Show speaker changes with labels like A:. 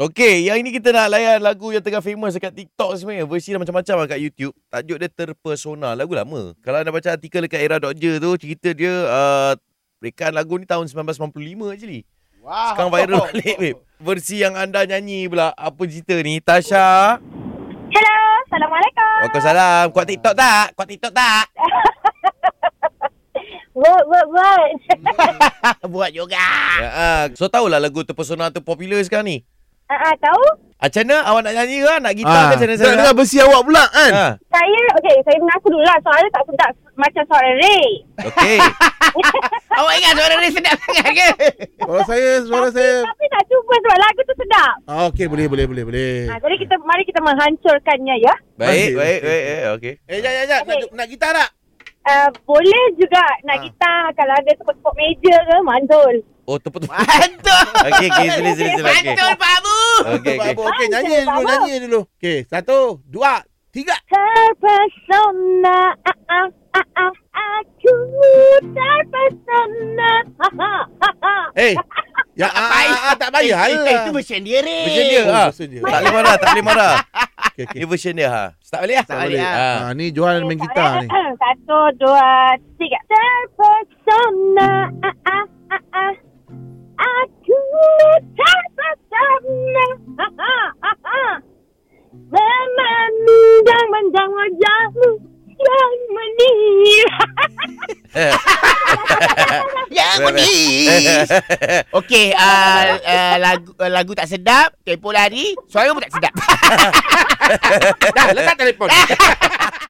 A: Okey, yang ini kita nak layan lagu yang tengah famous dekat TikTok sebenarnya. Versi dah macam-macam lah kat YouTube. Tajuk dia Terpesona. Lagu lama. Kalau anda baca artikel dekat era.je tu, cerita dia uh, rekaan lagu ni tahun 1995 actually.
B: Wah.
A: Sekarang viral balik,
B: oh,
A: babe. Versi yang anda nyanyi pula. Apa cerita ni? Tasha.
C: Hello, Assalamualaikum.
A: Waalaikumsalam. Kuat TikTok tak? Kuat TikTok tak?
C: What, what, what?
A: Buat yoga. Ya, ah. so tahulah lagu Terpesona tu popular sekarang ni.
C: Ah, uh, tahu?
A: Macam mana awak nak nyanyi ke? Nak gitar
B: Ah,
A: ke macam mana?
B: Nak dengar versi awak pula kan?
A: Ha.
C: Saya, okay, saya mengaku dulu lah. Suara tak sedap macam suara Ray.
A: Okey. awak ingat suara dia sedap sangat ke?
B: Kalau saya, suara
C: tapi,
B: saya...
C: tapi tak cuba sebab lagu tu sedap.
B: Ah, okey, boleh, boleh, boleh, boleh.
C: Ah, jadi kita mari kita menghancurkannya ya.
A: Baik,
B: Okey,
A: baik,
B: okey.
A: baik, baik. Okey.
B: Eh, jap, jap, jap. Nak, nak gitar tak?
C: Uh, boleh juga nak
B: Ah.
C: gitar kalau ada tepuk-tepuk meja ke mandul.
A: Oh, tepuk tepuk.
B: Mantul.
A: Okey, okey, sila sila sila. Okey.
B: Pak Abu.
A: Okey,
B: Okey,
A: okey.
B: okey. Nyanyi dulu, nyanyi dulu. Okey, satu, dua, tiga.
C: Terpesona ah, ah, ah, ah, aku terpesona. Ha, ha, ha, ha.
B: Eh, ya, ah, ah, ah, tak payah lah.
D: Eh, Itu version dia, Rik.
A: Version dia
B: Oh,
A: ha.
B: version dia.
A: Tak boleh marah, tak boleh marah.
B: Okey, okey.
A: Ini version dia ha. Start balik lah.
D: Start balik, ah.
A: Ha.
B: Ah, ni Johan main gitar ni.
C: Satu, dua, tiga. Terpesona. ah, ah, ah, ah. Aku terpesona. Ha, ha, ha, ha. Memandang mandang wajahmu yang menir.
A: Eh,
D: Ya,
A: Baik, baik.
D: manis. Okey, uh, uh, lagu uh, lagu tak sedap, tempoh hari, suara pun tak sedap.
B: Dah, letak telefon.